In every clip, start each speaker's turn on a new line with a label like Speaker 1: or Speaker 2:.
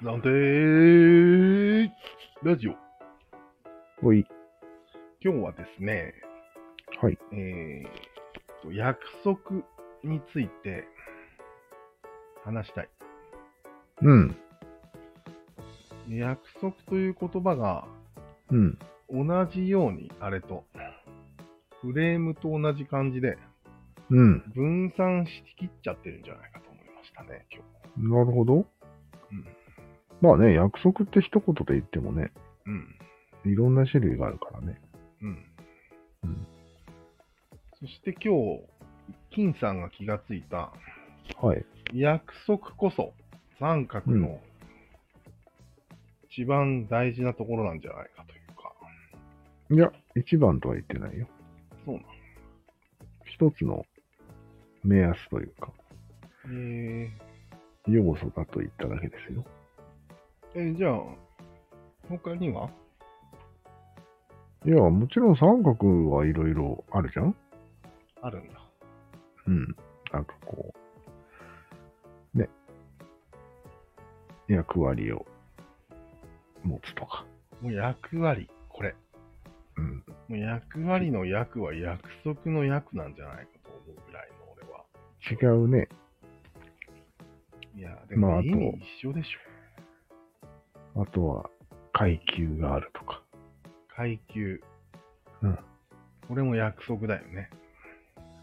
Speaker 1: なんでーラジオ。
Speaker 2: おい。
Speaker 1: 今日はですね、
Speaker 2: はい。
Speaker 1: えーと、約束について話したい。
Speaker 2: うん。
Speaker 1: 約束という言葉が
Speaker 2: うん。
Speaker 1: 同じようにあれと、フレームと同じ感じで
Speaker 2: うん。
Speaker 1: 分散しきっちゃってるんじゃないかと思いましたね、今
Speaker 2: なるほど。
Speaker 1: うん
Speaker 2: まあね、約束って一言で言ってもね、
Speaker 1: 日。うん。
Speaker 2: いろんな種類があるからね。
Speaker 1: うん。
Speaker 2: うん
Speaker 1: そして今日、金さんが気がついた、
Speaker 2: はい。
Speaker 1: 約束こそ三角
Speaker 2: うん
Speaker 1: の一番大事なところなんじゃないかというか、
Speaker 2: いや、一番とは言ってないよ。
Speaker 1: そうな
Speaker 2: 一つの目安というか、
Speaker 1: の。え
Speaker 2: 要素だと言っただけですよ。
Speaker 1: ー、えじゃあ、他にはい
Speaker 2: や、もちろん三角はいろいろあるじゃん
Speaker 1: あるんだ。
Speaker 2: うん。なんかこう、ね。役割を持つとか。
Speaker 1: もう役割、これ。
Speaker 2: うん。
Speaker 1: もう役割の役は約束の役なんじゃないかと思うぐらいの俺は。
Speaker 2: 違うね。
Speaker 1: いや、でも
Speaker 2: まああと
Speaker 1: 意味一緒でし
Speaker 2: あとは、階級があるとか。
Speaker 1: ょ。階級。
Speaker 2: うん。
Speaker 1: これも約束だよね。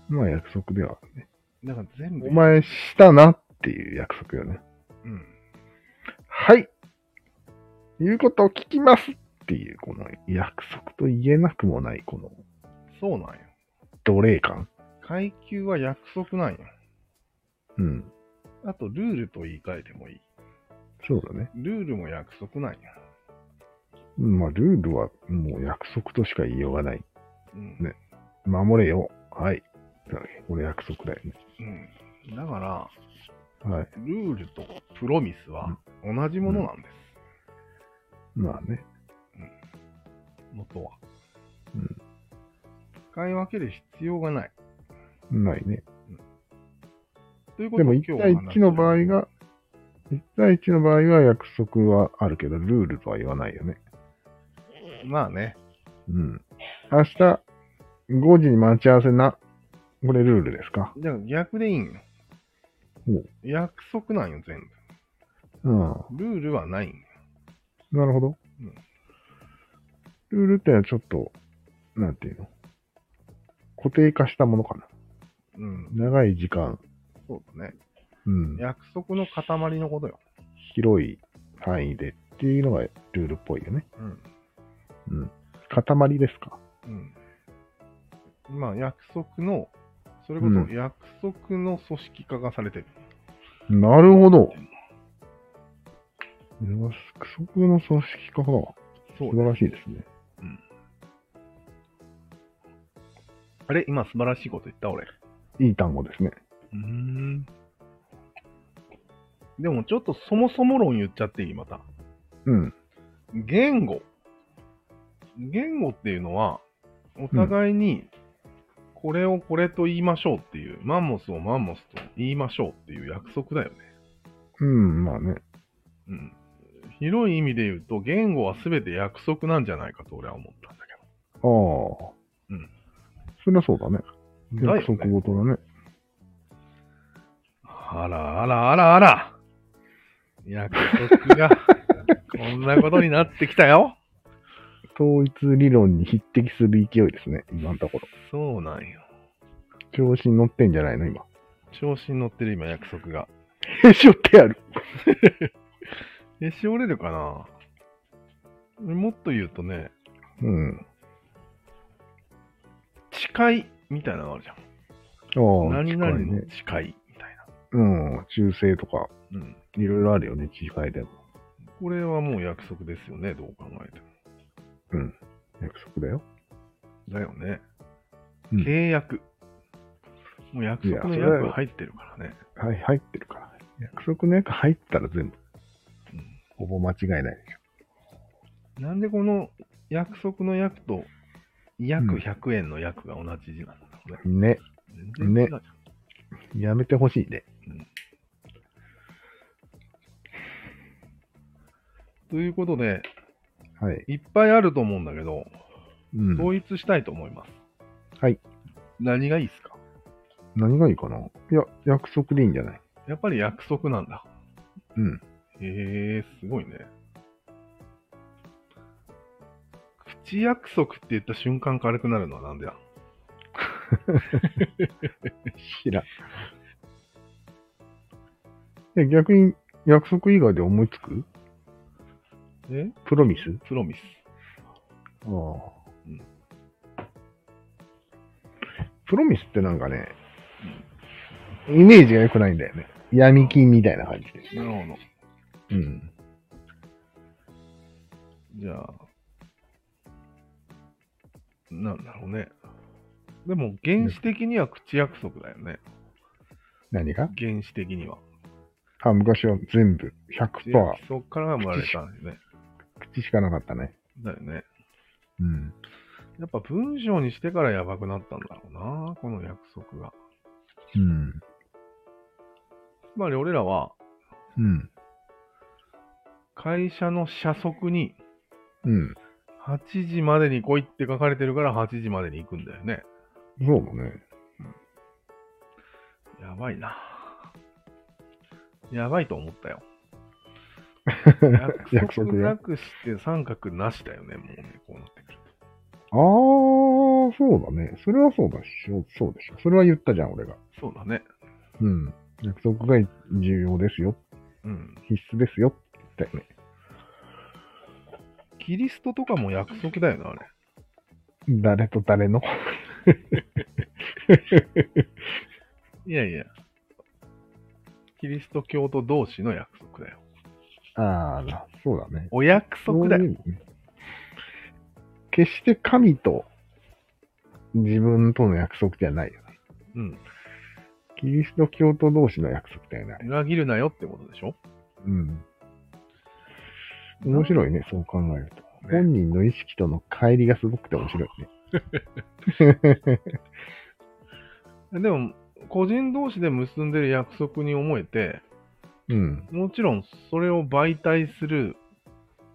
Speaker 2: まあ約束ではあるね。
Speaker 1: だから全部。
Speaker 2: お前したなっていう約束よね。
Speaker 1: うん。
Speaker 2: はい言うことを聞きますっていう、この約束と言えなくもない、この
Speaker 1: そうなんよ。
Speaker 2: 奴隷感。
Speaker 1: 階級は約束なんよ。
Speaker 2: うん。
Speaker 1: あと、ルールと言い換えてもいい。
Speaker 2: そうだね。
Speaker 1: ルールも約束なんや。
Speaker 2: うんまあルールはもう約束としか言いようがない。
Speaker 1: うん。
Speaker 2: ね守れよ。はい。だからこれ約束だよね。
Speaker 1: うん。だから、
Speaker 2: はい。
Speaker 1: ルールとプロミスは同じものなんです。
Speaker 2: まあね。
Speaker 1: 元は。
Speaker 2: うん。
Speaker 1: 使い分ける必要がない。
Speaker 2: ないね。
Speaker 1: ということ
Speaker 2: でも
Speaker 1: を
Speaker 2: 1
Speaker 1: 今日は
Speaker 2: 対
Speaker 1: 話
Speaker 2: 1の場合が、1対1の場合は約束はあるけど、ルールとは言わないよね。
Speaker 1: してまあね。
Speaker 2: うん。明日、5時に待ち合わせな。これルールですか
Speaker 1: だから逆でいいんよ
Speaker 2: ほう。
Speaker 1: 約束なんよ、全
Speaker 2: うん。
Speaker 1: 部。ルールはないんよ。
Speaker 2: なるほど
Speaker 1: うん。
Speaker 2: ルールってのはちょっと、なんていうの固定化したものかな。
Speaker 1: うん。
Speaker 2: 長い時間、
Speaker 1: そうだね。
Speaker 2: うん。
Speaker 1: 約束の塊のことよ。
Speaker 2: 広い範囲でっていうのがルールっぽいよね。
Speaker 1: うん。
Speaker 2: うん。塊ですか
Speaker 1: うん。まあ、約束の、それこそ約束の組織化がされてる。
Speaker 2: なるほど。約束の組織化が
Speaker 1: そう
Speaker 2: 素晴らしいですね。
Speaker 1: あれ今素晴らしいこと言った俺。
Speaker 2: いい単語ですね。
Speaker 1: うん。でもちょっとそもそも論言っちゃっていいまた。
Speaker 2: うん。
Speaker 1: 言語。言語っていうのは、お互いに、これをこれと言いましょうっていう、マンモスをマンモスと言いましょうっていう約束だよね。
Speaker 2: うん、まあね。
Speaker 1: うん。広い意味で言うと、言語は全て約束なんじゃないかと俺は思ったんだけ
Speaker 2: ああ。
Speaker 1: うん。
Speaker 2: そりゃそうだね。
Speaker 1: だよね
Speaker 2: 約束事だね。
Speaker 1: ど。あらあらあらあら約束 が、こんなことになってきたよ。
Speaker 2: 統一理論に匹敵する勢いですね。今のところ。
Speaker 1: そうなんよ。
Speaker 2: 調子に乗ってんじゃないの 今。
Speaker 1: 調子に乗ってる今、約束が。
Speaker 2: へしょってやる。
Speaker 1: え、しおれるかなもっと言うとね、
Speaker 2: うん。
Speaker 1: 誓いみたいなのあるじゃん。
Speaker 2: ああ。
Speaker 1: 何々
Speaker 2: 近い
Speaker 1: の
Speaker 2: ね。
Speaker 1: 誓いみたいな。
Speaker 2: うん。忠誠とか、
Speaker 1: うん。
Speaker 2: いろいろあるよね。近いでも。
Speaker 1: これはもう約束ですよね、どう考えても。
Speaker 2: 約束だよ。
Speaker 1: だよね。
Speaker 2: うん
Speaker 1: 契約。もう約束の
Speaker 2: いやそれは
Speaker 1: 約入ってるからね。
Speaker 2: はい、入ってるから。約束の約入ったら全部。ほぼ間違いないでし
Speaker 1: なんでこの約束の約と
Speaker 2: う
Speaker 1: 約
Speaker 2: ん
Speaker 1: 100円の約が同じ字なんだろうね。
Speaker 2: ょ。ね。
Speaker 1: 全然違うじゃん
Speaker 2: やめてほしいね。
Speaker 1: ということで、
Speaker 2: はい。
Speaker 1: いっぱいあると思うんだけど、
Speaker 2: うん。
Speaker 1: 統一したいと思います。
Speaker 2: はい。
Speaker 1: 何がいいですか
Speaker 2: 何がいいかないや、約束でいいんじゃない
Speaker 1: やっぱり約束なんだ。
Speaker 2: うん。
Speaker 1: へえ、すごいね。口約束って言った瞬間軽くなるのはなんでだ
Speaker 2: 知らん。いや、逆に約束以外で思いつく
Speaker 1: え
Speaker 2: プロミス
Speaker 1: プロミス。
Speaker 2: ああ
Speaker 1: うん。
Speaker 2: プロミスってなんかね、イメージが良くないんだよね。闇金みたいな感じで。
Speaker 1: なるほど。
Speaker 2: うん。
Speaker 1: じゃあ、なんだろうね。でも原始的には口約束だよね。
Speaker 2: 何が
Speaker 1: 原始的には。
Speaker 2: あ、昔は全部
Speaker 1: 口
Speaker 2: 100%
Speaker 1: 約束から生まれたんだよね。
Speaker 2: 口しかなかったね。
Speaker 1: だよね。
Speaker 2: うん。
Speaker 1: やっぱ文章にしてからやばくなったんだろうな、この約束が。
Speaker 2: うん。
Speaker 1: つまり俺らは
Speaker 2: うん。
Speaker 1: 会社の社則に
Speaker 2: うん。
Speaker 1: 8時までに来いって書かれてるから8時までに行くんだよね。
Speaker 2: そうだね。
Speaker 1: やばいな。やばいと思った よ。約
Speaker 2: 約束
Speaker 1: 束
Speaker 2: が
Speaker 1: なくして三角なしだよね、もうね、こうなってくる
Speaker 2: ああ、そうだね。それはそうだし、そうでしょ。それは言ったじゃん、俺が。
Speaker 1: と。そうだね。
Speaker 2: うん。約束が重要ですよ。
Speaker 1: うん。
Speaker 2: 必須ですよ。って言ったよ
Speaker 1: キリストとかも約束だよな、あれ。
Speaker 2: ね。誰と誰の。
Speaker 1: いやいや。キリスト教徒同士の約束だよ。
Speaker 2: ああ、そうだね。
Speaker 1: お約束だ
Speaker 2: そう
Speaker 1: よ。
Speaker 2: いうのね決して神と自分との約束じゃないよね。
Speaker 1: うん。
Speaker 2: キリスト教徒同士の約束だよね。
Speaker 1: 裏切るなよってことでしょ
Speaker 2: うん。面白いね、そう考えると。本人の意識との乖離がすごくて面白いね。
Speaker 1: でも、個人同士で結んでる約束に思えて、
Speaker 2: うん。
Speaker 1: もちろんそれを媒体する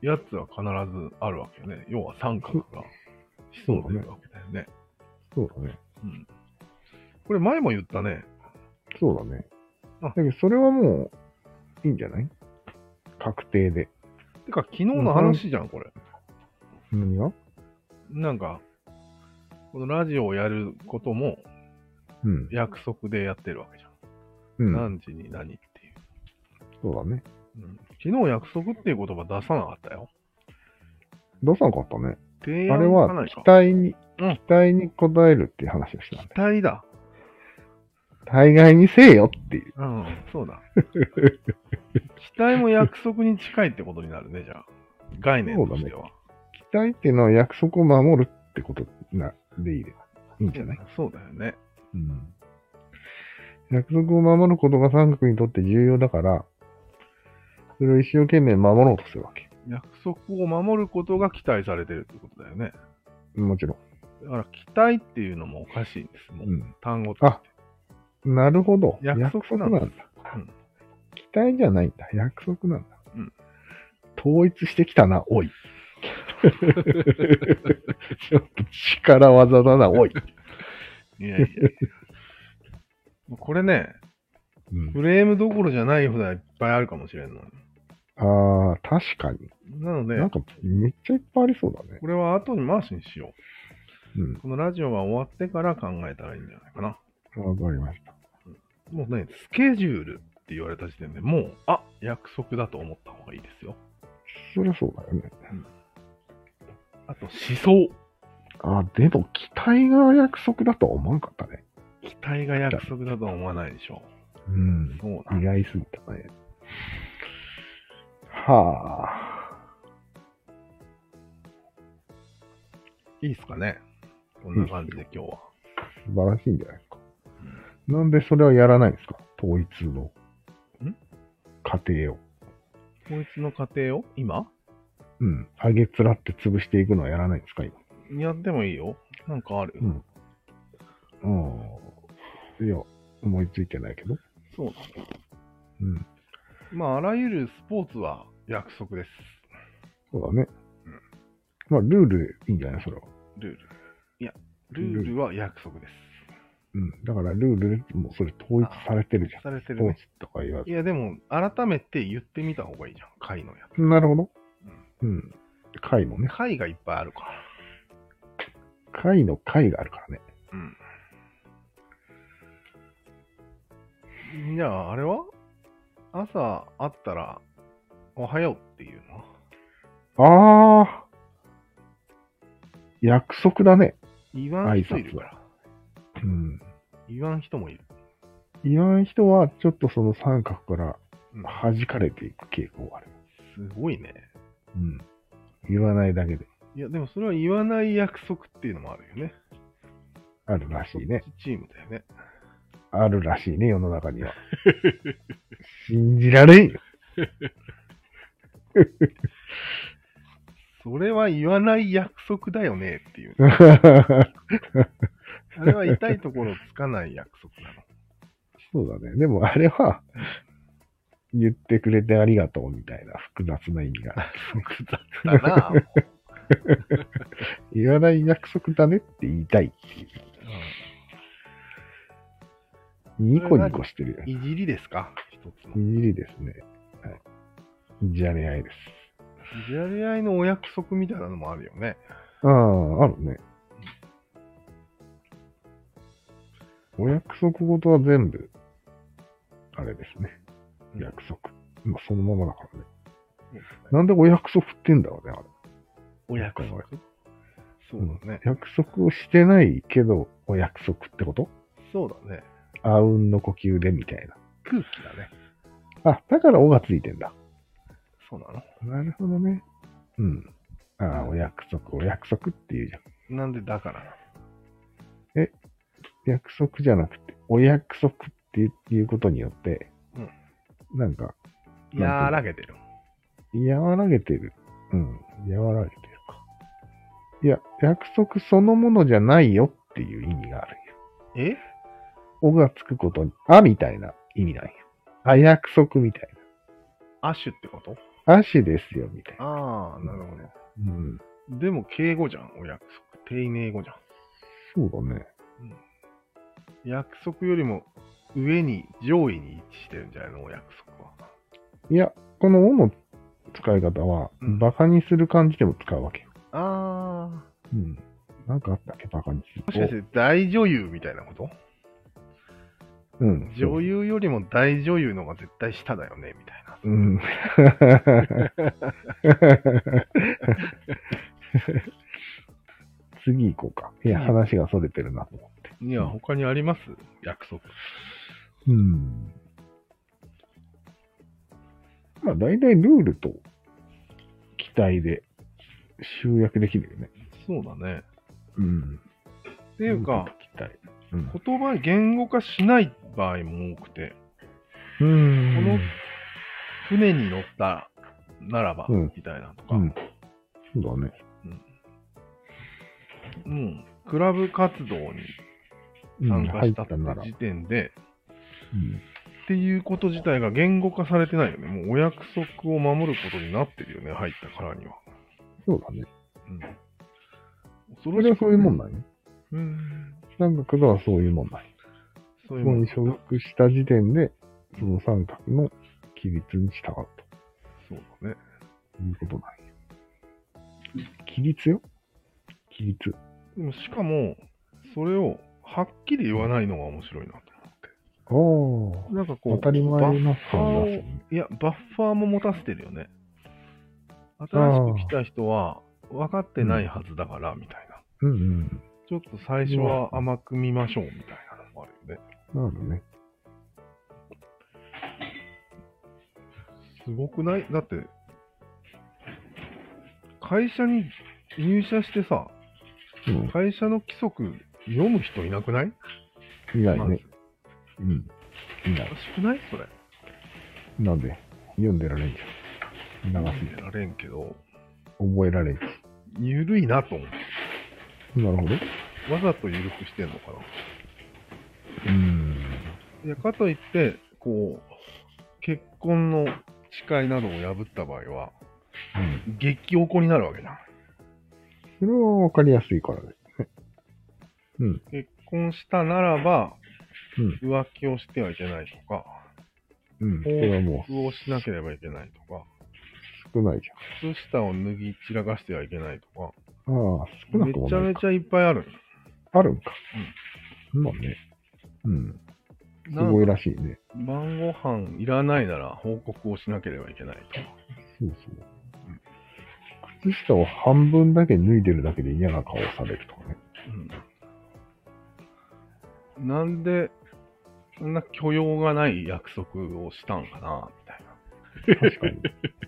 Speaker 1: やつは必ずあるわけよね。要は三角が
Speaker 2: そう
Speaker 1: 思想出るわけだよね。
Speaker 2: そうだね。
Speaker 1: うん、これ前も言ったね。
Speaker 2: そうだね。
Speaker 1: あ
Speaker 2: だけど、それはもう、いいんじゃない確定で。
Speaker 1: てか昨日の話じゃん、これ。
Speaker 2: 何が
Speaker 1: なんか、このラジオをやることも
Speaker 2: うん。
Speaker 1: 約束でやってるわけじゃん。
Speaker 2: うん。
Speaker 1: 何時に何っていう、
Speaker 2: そうだね。
Speaker 1: うん。昨日約束っていう言葉出さなかったよ。
Speaker 2: 出さなかったね。
Speaker 1: 提
Speaker 2: あ
Speaker 1: 案
Speaker 2: れ
Speaker 1: か
Speaker 2: は
Speaker 1: ない
Speaker 2: 期
Speaker 1: か。
Speaker 2: 待に、
Speaker 1: うん
Speaker 2: 期待に応えるっていう話をしたんだ。
Speaker 1: 期待だ。
Speaker 2: 大概にせえよっていう。
Speaker 1: うん、そうだ。期待も約束に近いってことになるね、じゃあ。概念としては。
Speaker 2: 期待っていうのは約束を守るってことなでいいでいいんじゃない
Speaker 1: そうだよね。
Speaker 2: うん。約束を守ることが三角にとって重要だから、それを一生懸命守ろうとするわけ。
Speaker 1: 約束を守ることが期待されてるってことだよね。
Speaker 2: もちろ
Speaker 1: だから期待っていうのもおかしいんです。も
Speaker 2: ん。
Speaker 1: う単語と
Speaker 2: あ、なるほど。
Speaker 1: 約束なんだ
Speaker 2: 約束なんだ
Speaker 1: う
Speaker 2: 期待じゃないんだ。約束なんだ。
Speaker 1: うん
Speaker 2: 統一してきたな、おい。 ちょっと力技だな、おい。
Speaker 1: いやいやいや。 これね、
Speaker 2: うん
Speaker 1: フレームどころじゃない札いっぱいあるかもしれんの。
Speaker 2: ああ、確かに。
Speaker 1: なの
Speaker 2: なん
Speaker 1: で、
Speaker 2: か、めっちゃいっぱいありそうだね。
Speaker 1: これは後に回しにしよ
Speaker 2: うん
Speaker 1: う。このラジオが終わってから考えたらいいんじゃないかな。。
Speaker 2: わかりました。
Speaker 1: もうね、スケジュールって言われた時点でもう、あ約束だと思った方がいいですよ。
Speaker 2: そりゃそうだよね。
Speaker 1: あと、思想。
Speaker 2: あ、でも、期待が約束だとは思わなかったね。
Speaker 1: 期待が約束だとは思わないでしょ
Speaker 2: うん
Speaker 1: う。。そうなん
Speaker 2: 意外すぎたね。はあ。
Speaker 1: いいっすかね。こんな感じで今日は。
Speaker 2: 素晴らしいんじゃないですか。なんでそれをやらないんですか統一の
Speaker 1: ん
Speaker 2: 過程を。
Speaker 1: こいつの過程を今
Speaker 2: うん。上げつらって潰していくのはやらないんですか今。
Speaker 1: やってもいいよ。なんかある。
Speaker 2: うんうん。いや、思いついてないけど。
Speaker 1: そうなの。
Speaker 2: うん。
Speaker 1: まあ、あらゆるスポーツは約束です。
Speaker 2: そうだね。まあ、ルールいいんじゃないそれは。
Speaker 1: ルール。いや、ルールは約束です。
Speaker 2: うん。だから、ルール、もうそれ統一されてるじゃん。
Speaker 1: されてる
Speaker 2: 統一
Speaker 1: ね。
Speaker 2: とか言わず
Speaker 1: い。や、でも、改めて言ってみた方がいいじゃん。会のや
Speaker 2: なるほど。うん。会も
Speaker 1: つ。
Speaker 2: ね。
Speaker 1: 会がいっぱいあるから。
Speaker 2: 会の会があるからね。
Speaker 1: うん。じゃあ、あれは朝会ったら、おはようっていうの
Speaker 2: ああ。約束だね。
Speaker 1: 言わん人いるから。
Speaker 2: うん。
Speaker 1: 言わん人もいる。
Speaker 2: 言わん人は、ちょっとその三角から
Speaker 1: うん
Speaker 2: 弾かれていく傾向がある。
Speaker 1: すごいね。
Speaker 2: うん。言わないだけで
Speaker 1: いや、でもそれは言わない約束っていうのもあるよね。
Speaker 2: あるらしいね。
Speaker 1: そっちチームだよね。
Speaker 2: あるらしいね、世の中には。 信じられんよ。
Speaker 1: それは言わない約束だよねっていう。あれは痛いところつかない約束なの。
Speaker 2: そうだね。でもあれは、言ってくれてありがとうみたいな複雑な意味がある。
Speaker 1: 複雑だな。もう
Speaker 2: 言わない約束だねって言いたいっていう。ニコニコしてるよ
Speaker 1: うん。いじりですか一つの。
Speaker 2: いじりですね。はい。じゃれ合いです。
Speaker 1: じゃれ合いのお約束みたいなのもあるよね。
Speaker 2: ああ、あるね。お約束事は全部、あれですね。約束。まあ、そのままだからね。なんでお約束ってんだろうね、あれ。
Speaker 1: お約束そうだね。
Speaker 2: 約束をしてないけど、お約束ってこと
Speaker 1: そうだね。
Speaker 2: あうんの呼吸でみたい
Speaker 1: 空気だね。
Speaker 2: な。あ、だからおがついてんだ。
Speaker 1: そうなの
Speaker 2: なるほどね。うん。ああ、お約束、お約束っていうじゃん。
Speaker 1: なんでだから
Speaker 2: 約束じゃなくて、お約束っていうことによって、なんか、
Speaker 1: なの和らげてる。
Speaker 2: 和らげてる。うん。和らげてるか。いや、約束そのものじゃないよっていう意味があるんよ。
Speaker 1: え
Speaker 2: おがつくことに、あみたいな意味なんよ。あ、約束みたい
Speaker 1: 亜種ってこと
Speaker 2: な。足ですよ、みたいな。
Speaker 1: ああ、なるほど。
Speaker 2: うん。
Speaker 1: でも敬語じゃん、お約束。丁寧語じゃ
Speaker 2: そうだね。
Speaker 1: ん。約束よりも上に、上位に位置してるんじゃないのお約束は。
Speaker 2: いや、このおの使い方は、
Speaker 1: うん
Speaker 2: バカにする感じでも使うわけよ。
Speaker 1: あ
Speaker 2: うん。なんかあったっけ、バカにする
Speaker 1: あ。もしかして
Speaker 2: と。
Speaker 1: 大女優みたいなこと
Speaker 2: うん。
Speaker 1: 女優よりも大女優の方が絶対下だよね、みたいな。
Speaker 2: うん。次行こうか。いや、
Speaker 1: 次
Speaker 2: 話が逸れてるなと思って。
Speaker 1: いや、他にあります約束。
Speaker 2: うん。まあ、大体ルールと期待で集約できるよね。
Speaker 1: そうだね。
Speaker 2: うん。
Speaker 1: っていうか、、
Speaker 2: 期待。うん。
Speaker 1: 言葉、言語化しない場合も多くて、
Speaker 2: うん
Speaker 1: 船に乗ったならば、
Speaker 2: うん
Speaker 1: みたいなとか、
Speaker 2: う
Speaker 1: うんん、
Speaker 2: そうだね。
Speaker 1: クラブ活動に
Speaker 2: うん
Speaker 1: 参加
Speaker 2: 入
Speaker 1: し
Speaker 2: った
Speaker 1: って
Speaker 2: たなら。
Speaker 1: 時点で、
Speaker 2: うん
Speaker 1: っていうこと自体が言語化されてないよね。もうお約束を守ることになってるよね、入ったからには。
Speaker 2: そうだね。
Speaker 1: うん、恐
Speaker 2: そ
Speaker 1: ろしく
Speaker 2: れはそういうもんなんよ。
Speaker 1: うん。
Speaker 2: 三角とはそういうもんなんよ。
Speaker 1: そういう
Speaker 2: そこ
Speaker 1: もん
Speaker 2: に所属した時点で、その三角の規律に従う
Speaker 1: そうだね。
Speaker 2: ということなんよ。規律よ規律。
Speaker 1: でもしかも、それをはっきり言わないのが面白いなと
Speaker 2: あ
Speaker 1: 思って。なんかこ
Speaker 2: あ、
Speaker 1: う、
Speaker 2: 当たり前な
Speaker 1: バッファーを
Speaker 2: そうね。
Speaker 1: いや、バッファーも持たせてるよね。新しく来た人は分かってないはずだから、みたいな。
Speaker 2: うんうん。
Speaker 1: ちょっと最初は甘く見ましょう、みたいなのもあるよね。
Speaker 2: なるほどね。
Speaker 1: すごくないだって、会社に入社してさ、
Speaker 2: う
Speaker 1: 会社の規則読む人いなくない
Speaker 2: ん。いない
Speaker 1: まず
Speaker 2: ね。うん。いな
Speaker 1: お
Speaker 2: い
Speaker 1: か。しくないそれ。
Speaker 2: なんで、読んでられんじゃん。長すぎて。
Speaker 1: られんけど、
Speaker 2: 覚えられんし。
Speaker 1: ゆるいなと思
Speaker 2: なるほど。
Speaker 1: う。わざとゆるくしてんのかな。
Speaker 2: うん。
Speaker 1: いや、かといって、こう、結婚の誓いなどを破った場合は、
Speaker 2: うん。
Speaker 1: 激おこになるわけじゃん。
Speaker 2: それはわかりやすいからです。
Speaker 1: 結婚したならば、
Speaker 2: う
Speaker 1: 浮気をしてはいけないとか、
Speaker 2: うん。そ
Speaker 1: 報
Speaker 2: れはも
Speaker 1: 復をしなければいけないとか、
Speaker 2: う少ないじ
Speaker 1: 靴下を脱ぎ散らかしてはいけないとか、
Speaker 2: ゃん。ああ、少な
Speaker 1: め
Speaker 2: くも
Speaker 1: ちゃ
Speaker 2: ない
Speaker 1: め
Speaker 2: か。
Speaker 1: ちゃいっぱいある。
Speaker 2: あるんか。うん。まあね。うん。す
Speaker 1: なん
Speaker 2: ごい
Speaker 1: から
Speaker 2: しいね。
Speaker 1: 晩ご飯いらないなら報告をしなければいけないとか。
Speaker 2: そうそう。靴下を半分だけ脱いでるだけで嫌な顔をされるとかね。
Speaker 1: うんなんで、そんな許容がない約束をしたんかな、みたいな。
Speaker 2: 確 かに。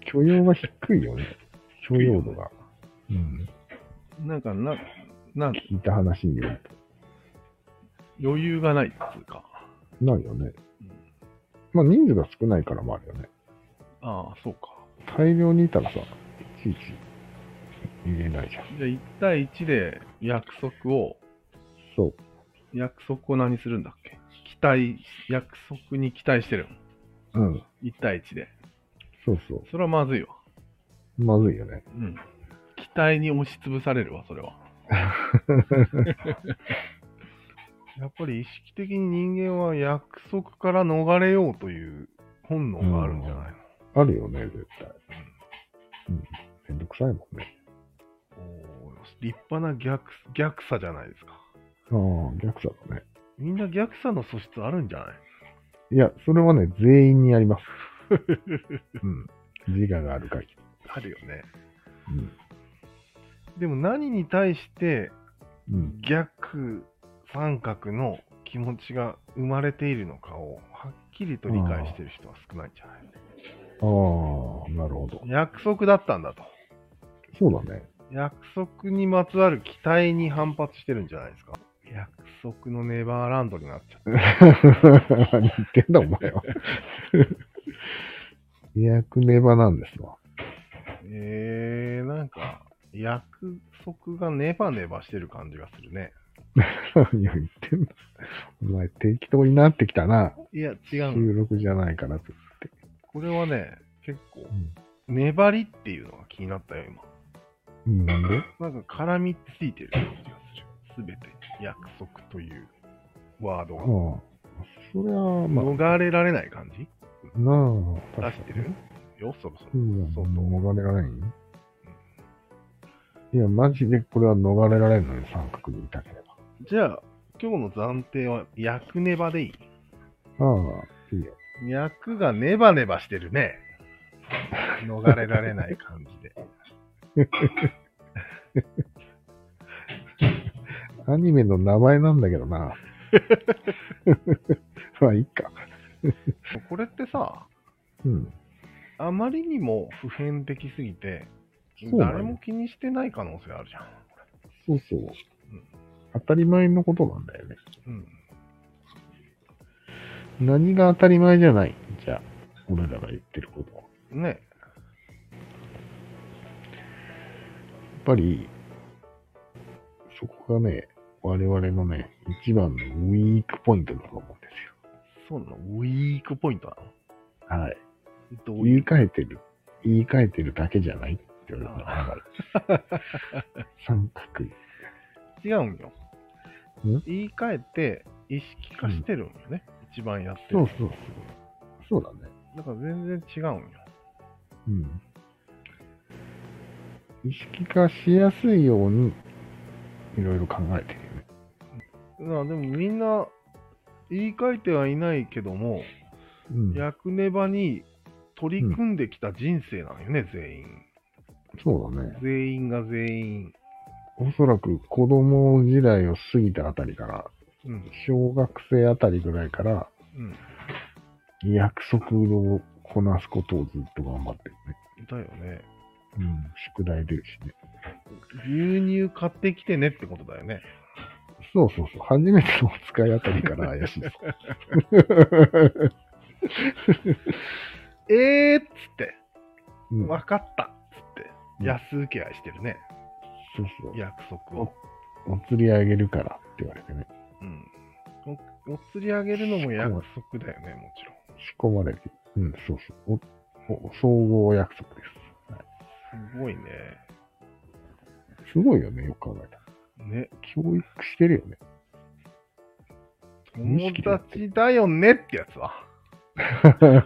Speaker 2: 許容が低いよね。許容度が。うん。
Speaker 1: なんかな、な、
Speaker 2: 聞いた話による
Speaker 1: 余裕がないっつうか。
Speaker 2: と。ないよね
Speaker 1: うん。
Speaker 2: まあ人数が少ないからもあるよね。
Speaker 1: ああ、そうか。
Speaker 2: 大量にいたらさ、いちいち言えないじゃん。
Speaker 1: じゃあ1対1で約束を、
Speaker 2: そう。
Speaker 1: 約束を何するんだっけ期待、約束に期待してる
Speaker 2: うん。
Speaker 1: の。1対1で。
Speaker 2: そうそう。
Speaker 1: それはまずいわ。
Speaker 2: まずいよね。
Speaker 1: うん。期待に押しつぶされるわ、それ は。やっぱり意識的に人間は約束から逃れようという本能があるんじゃない
Speaker 2: あるよね、絶対。うん。めんどくさいもんね。
Speaker 1: の、おー立派な逆逆さじゃないですか。
Speaker 2: ああ、逆さだね。
Speaker 1: みんな逆さの素質あるんじゃない
Speaker 2: いや、それはね、全員にやります。うん。自我がある限り。
Speaker 1: あるよね。
Speaker 2: うん。
Speaker 1: でも何に対して
Speaker 2: うん。
Speaker 1: 逆三角の気持ちが生まれているのかをはっきりと理解してる人は少ないんじゃない
Speaker 2: ああ、なるほど。
Speaker 1: 約束だったんだと。
Speaker 2: そうだね。
Speaker 1: 約束にまつわる期待に反発してるんじゃないですか約束のネバーランドになっちゃった。
Speaker 2: 何言ってんだ、お前は。 役ネバなんですわ。
Speaker 1: えー、なんか、約束がネバネバしてる感じがするね。
Speaker 2: 何を言ってんだ。お前、適当になってきたな。
Speaker 1: いや、違うの。
Speaker 2: 収録じゃないからと。
Speaker 1: これはね、結構
Speaker 2: う、ん
Speaker 1: 粘りっていうのが気になったよ、今。
Speaker 2: うん。なんで
Speaker 1: なんか絡みついてる感じがする。すべて、約束というワード
Speaker 2: あ
Speaker 1: が
Speaker 2: あ。。それは、まあ、
Speaker 1: 逃れられない感じ
Speaker 2: なあ、
Speaker 1: 出してるよ、そろそろ。
Speaker 2: うん、
Speaker 1: そ
Speaker 2: そうう
Speaker 1: そ
Speaker 2: そうう、逃れられんよいや、マジでこれは逃れられんのよ、三角にいたければ。
Speaker 1: じゃあ、今日の暫定は、約ネバでいい
Speaker 2: ああ、いいよ。
Speaker 1: 脈がネバネバしてるね。逃れられない感じで。
Speaker 2: アニメの名前なんだけど な。まあ、いいか。
Speaker 1: これってさ、
Speaker 2: うん。
Speaker 1: あまりにも普遍的すぎて、
Speaker 2: そうなの
Speaker 1: 誰も気にしてない可能性あるじゃん。
Speaker 2: そうそう。当たり前のことなんだよね。
Speaker 1: うん。
Speaker 2: 何が当たり前じゃないじゃあ、俺らが言ってることは。
Speaker 1: ね
Speaker 2: やっぱり、そこがね、我々のね、一番のウィークポイントだと思うんですよ。
Speaker 1: そうなのウィークポイントな
Speaker 2: はい。
Speaker 1: のどうい
Speaker 2: 言
Speaker 1: う
Speaker 2: い換えてる。言い換えてるだけじゃないって言われたら、 三角い。
Speaker 1: 違うんよ
Speaker 2: ん。
Speaker 1: 言い換えて意識化してるんよね。一番やって
Speaker 2: そ
Speaker 1: る
Speaker 2: う。そうそう。そうだね。
Speaker 1: だから全然違うんよ。
Speaker 2: うん。意識化しやすいように、いろいろ考えてるよね。
Speaker 1: なあでもみんな言い換えてはいないけども、
Speaker 2: うん。
Speaker 1: 役ネバに取り組んできた人生なんよね、全員。
Speaker 2: そうだね。
Speaker 1: 全員が全員。
Speaker 2: おそらく子供時代を過ぎたあたりから、
Speaker 1: うん。
Speaker 2: 小学生あたりぐらいから、
Speaker 1: うん。
Speaker 2: 約束をこなすことをずっと頑張ってるね。
Speaker 1: だよね。
Speaker 2: うん。宿題出るしね。
Speaker 1: 牛乳買ってきてねってことだよね。
Speaker 2: そうそうそう。初めてのお使いあたりから怪しいぞ。
Speaker 1: えーっつって、
Speaker 2: うん、
Speaker 1: わかったっつって、
Speaker 2: うん
Speaker 1: 安請け合いしてるね、
Speaker 2: そうそう。
Speaker 1: 約束を。
Speaker 2: お釣り上げるからって言われてね。
Speaker 1: うん。おお釣り上げるのも約束だよね、もちろん。
Speaker 2: 仕込まれて。うん、そうそう。おお総合約束です。
Speaker 1: すごいね。
Speaker 2: すごいよね、よく考えたら。
Speaker 1: ね、
Speaker 2: 教育してるよね。 無意
Speaker 1: 友
Speaker 2: 識でやって
Speaker 1: 達だよねってやつは。
Speaker 2: それ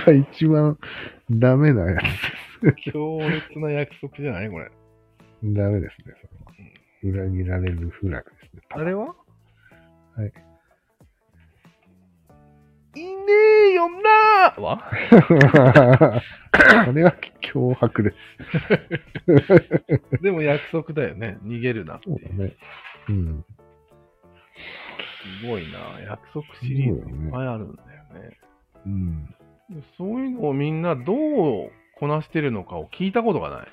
Speaker 2: は一番ダメなや
Speaker 1: 強烈な約束じゃないこれ。
Speaker 2: つ。ダメですね、それは。裏切られるフラグですね。。
Speaker 1: あれははいいねえよなーは
Speaker 2: それは脅迫です。
Speaker 1: でも約束だよね。逃げるなって
Speaker 2: そ
Speaker 1: いう
Speaker 2: だね。うん。
Speaker 1: すごいな。約束シリーズいっぱいあるんだよね。
Speaker 2: うん。
Speaker 1: でそういうのをみんなどうこなしてるのかを聞いたことがない。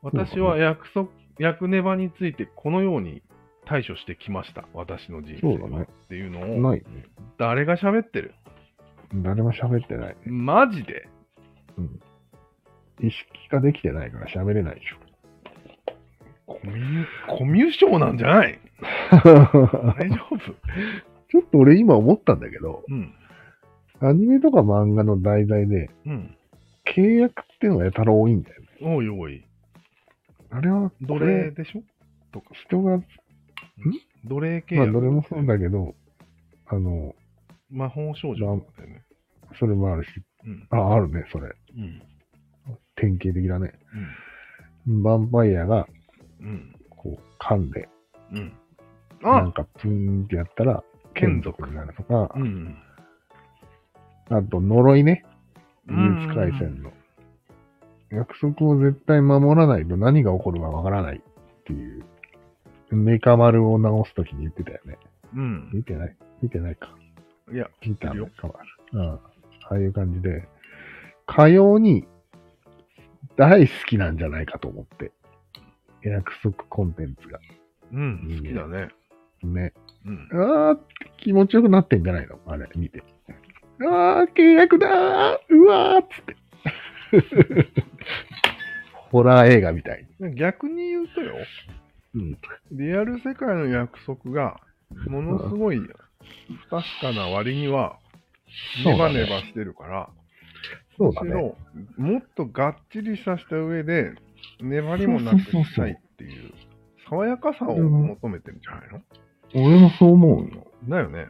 Speaker 1: 私は約束、役ネバについてこのように対処してきました。私の人生
Speaker 2: そうだ
Speaker 1: はっ
Speaker 2: ね
Speaker 1: ていうのを
Speaker 2: ないね。
Speaker 1: 誰が喋ってる
Speaker 2: 誰も喋ってない。
Speaker 1: マジで
Speaker 2: 意識ができてないから喋れないでしょ。
Speaker 1: コミュ、コミュ障なんじゃない大丈夫
Speaker 2: ちょっと俺今思ったんだけど、
Speaker 1: うん。
Speaker 2: アニメとか漫画の題材で、
Speaker 1: うん。
Speaker 2: 契約っていうのがやたら多いんだよね。
Speaker 1: おいおい。
Speaker 2: あれは、
Speaker 1: 奴隷でしょ
Speaker 2: とか人が、
Speaker 1: 奴隷契
Speaker 2: まあ
Speaker 1: 約。
Speaker 2: どれもそうだけど、あの、
Speaker 1: 魔法少女とかだよね。
Speaker 2: それもあるし、
Speaker 1: うん。
Speaker 2: あ、あるね、それ。
Speaker 1: うん。
Speaker 2: 典型的だね。ヴァンパイアが、
Speaker 1: うん。うん。
Speaker 2: こう、噛んで、
Speaker 1: うん。
Speaker 2: な
Speaker 1: あ
Speaker 2: んかプーンってやったら、
Speaker 1: 眷属
Speaker 2: になるとか
Speaker 1: う、ん。
Speaker 2: あと呪いね。
Speaker 1: う
Speaker 2: 呪
Speaker 1: ん
Speaker 2: 術廻戦の。約束を絶対守らないと何が起こるかわからないっていう。メカ丸を直すときに言ってたよね。
Speaker 1: うん。
Speaker 2: 見てない見てないか。
Speaker 1: いや、
Speaker 2: ピーターの
Speaker 1: い
Speaker 2: カ丸。うん。ああいう感じで、かように大好きなんじゃないかと思って。約束コンテンツが。
Speaker 1: うん、好きだね。
Speaker 2: ね。
Speaker 1: うん。
Speaker 2: あーって気持ちよくなってんじゃないのあれ、見て。あー、契約だーうわーっつって。 ホラー映画みたい
Speaker 1: 逆に言うとよ、
Speaker 2: に。うん。
Speaker 1: リアル世界の約束が、ものすごい不確かな割には、
Speaker 2: そう
Speaker 1: ネ
Speaker 2: だ
Speaker 1: バ
Speaker 2: ね
Speaker 1: ネバしてるから、
Speaker 2: そう
Speaker 1: む
Speaker 2: だ
Speaker 1: し
Speaker 2: ね。
Speaker 1: ろ、もっとがっちりさした上で、粘りもなくしたいっていう、爽やかさを求めてるんじゃないの
Speaker 2: 俺もそう思うよ。
Speaker 1: だよね。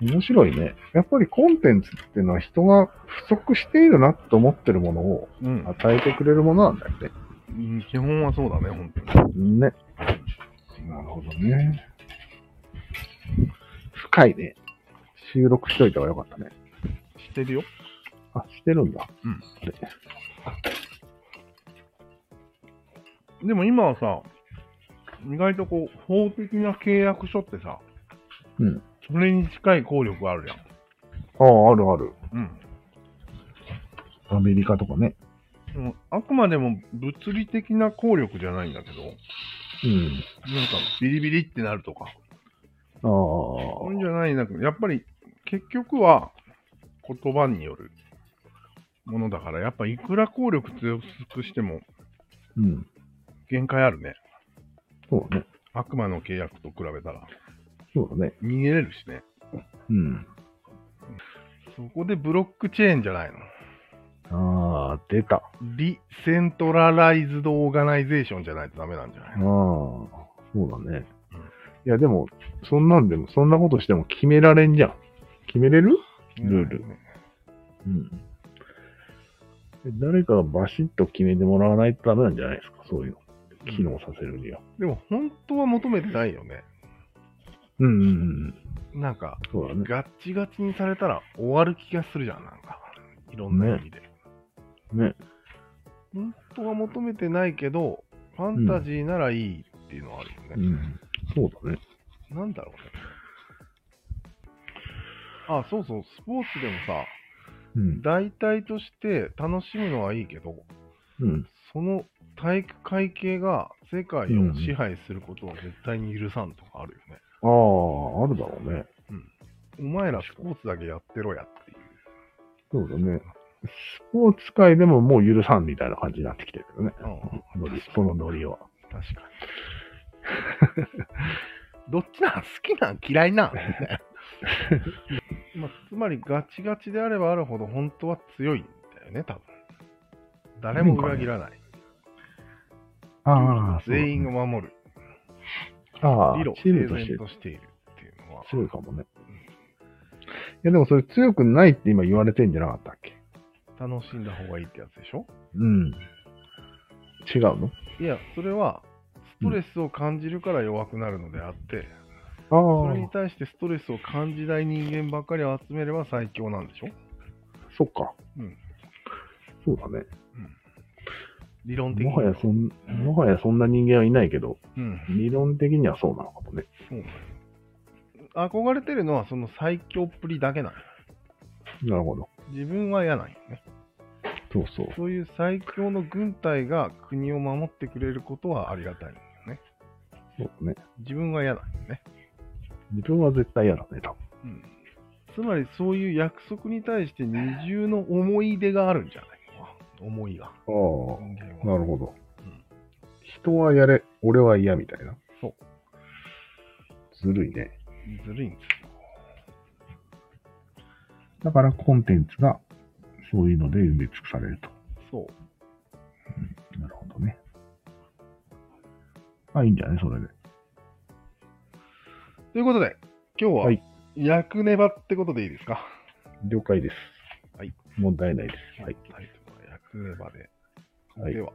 Speaker 2: 面白いね。やっぱりコンテンツっていうのは人が不足しているなと思ってるものを
Speaker 1: うん。
Speaker 2: 与えてくれるものなんだよね。
Speaker 1: うん基本はそうだね、本当に。
Speaker 2: ね。なるほどね。深いね。収録しといた方がよかったね。
Speaker 1: してるよ。
Speaker 2: あ、してるんだ。
Speaker 1: うん
Speaker 2: あれ。
Speaker 1: でも今はさ、意外とこう、法的な契約書ってさ、
Speaker 2: うん。
Speaker 1: それに近い効力あるじゃん。
Speaker 2: ああ、あるある。
Speaker 1: うん。
Speaker 2: アメリカとかね。
Speaker 1: でもあくまでも物理的な効力じゃないんだけど、なんか
Speaker 2: うん。
Speaker 1: ビリビリってなるとか、
Speaker 2: あ
Speaker 1: そう
Speaker 2: あ
Speaker 1: いうんじゃないんだけど、やっぱり結局は言葉によるものだから、やっぱいくら効力強くしても
Speaker 2: うん。
Speaker 1: 限界あるね。
Speaker 2: そうだね。
Speaker 1: 悪魔の契約と比べたら。
Speaker 2: そうだね。
Speaker 1: 逃げれるしね。
Speaker 2: うん。
Speaker 1: そこでブロックチェーンじゃないの。
Speaker 2: ああ、出た。あ
Speaker 1: リセントラライズドオーガナイゼーションじゃないとダメなんじゃな
Speaker 2: あ、
Speaker 1: いの
Speaker 2: そうだね。いや、でも、そんなんでも、そんなことしても決められんじゃん。決めれるルール
Speaker 1: ね
Speaker 2: うん。誰かがバシッと決めてもらわないとダメなんじゃないですか、そういうの。機能させるには。
Speaker 1: でも本当は求めてないよね。
Speaker 2: うんうんうん。
Speaker 1: なんか、
Speaker 2: そうだね。
Speaker 1: ガッチガチにされたら終わる気がするじゃん、なんか。いろんな意味で。
Speaker 2: ね。
Speaker 1: 本当は求めてないけど、ファンタジーならいいっていうのはあるよ
Speaker 2: う
Speaker 1: ね。
Speaker 2: ん。そうだね。
Speaker 1: なんだろうね。あ、そうそう、スポーツでもさ、
Speaker 2: うん。
Speaker 1: 大体として楽しむのはいいけど、
Speaker 2: うん。
Speaker 1: その体育会系が世界を支配することを絶対に許さんとかあるよね。
Speaker 2: ああ、あるだろうね。
Speaker 1: お前らスポーツだけやってろやっていう。
Speaker 2: そうだね。スポーツ界でももう許さんみたいな感じになってきてるけどね。
Speaker 1: うん、
Speaker 2: ノリそのノリは。
Speaker 1: 確か どっちなん好きなん嫌いなんみたいな まあ、つまりガチガチであればあるほど本当は強いんだよね、多分。誰も裏切らない。
Speaker 2: ああ、
Speaker 1: 全員
Speaker 2: が。
Speaker 1: が守る。
Speaker 2: ああ、
Speaker 1: 理路整
Speaker 2: チームとして
Speaker 1: 然としているっていうのは。
Speaker 2: 強いかもね。いや、でもそれ強くないって今言われてんじゃなかったっけ
Speaker 1: 楽しんだ方がいいってやつでしょ
Speaker 2: うん。違うの
Speaker 1: いや、それは、ストレスを感じるから弱くなるのであって、それ
Speaker 2: あ
Speaker 1: に対してストレスを感じない人間ばっかりを集めれば最強なんでしょ
Speaker 2: あ、そっか。
Speaker 1: うん。
Speaker 2: そうだね。
Speaker 1: 理論的に
Speaker 2: も
Speaker 1: は。
Speaker 2: はやそん、もはやそんな人間はいないけど、
Speaker 1: うん。
Speaker 2: 理論的にはそうなのかもね。
Speaker 1: そうなの憧れてるのはその最強っぷりだけなの。
Speaker 2: なるほど。
Speaker 1: 自分は嫌なんよね。
Speaker 2: そうそう。
Speaker 1: そういう最強の軍隊が国を守ってくれることはありがたいんだよね。
Speaker 2: そうだね。
Speaker 1: 自分は嫌なんよね。
Speaker 2: 自分は絶対嫌だね、多分。
Speaker 1: うん。つまりそういう約束に対して二重の思い出があるんじゃないの思いが。
Speaker 2: あ
Speaker 1: 人間は
Speaker 2: なるほど。
Speaker 1: うん
Speaker 2: 人はやれ、俺は嫌みたいな。
Speaker 1: そう。
Speaker 2: ずるいね。
Speaker 1: ずるいんですよ。
Speaker 2: だからコンテンツがそういうので埋め尽くされると。
Speaker 1: そう。
Speaker 2: なるほどね。まあいいんじゃないそれで。
Speaker 1: ということで、今日は、
Speaker 2: はい
Speaker 1: 役ネバってことでいいですか
Speaker 2: 了解です。
Speaker 1: はい。
Speaker 2: 問題ないです。はい。
Speaker 1: はい。役ネバで。
Speaker 2: はい
Speaker 1: では、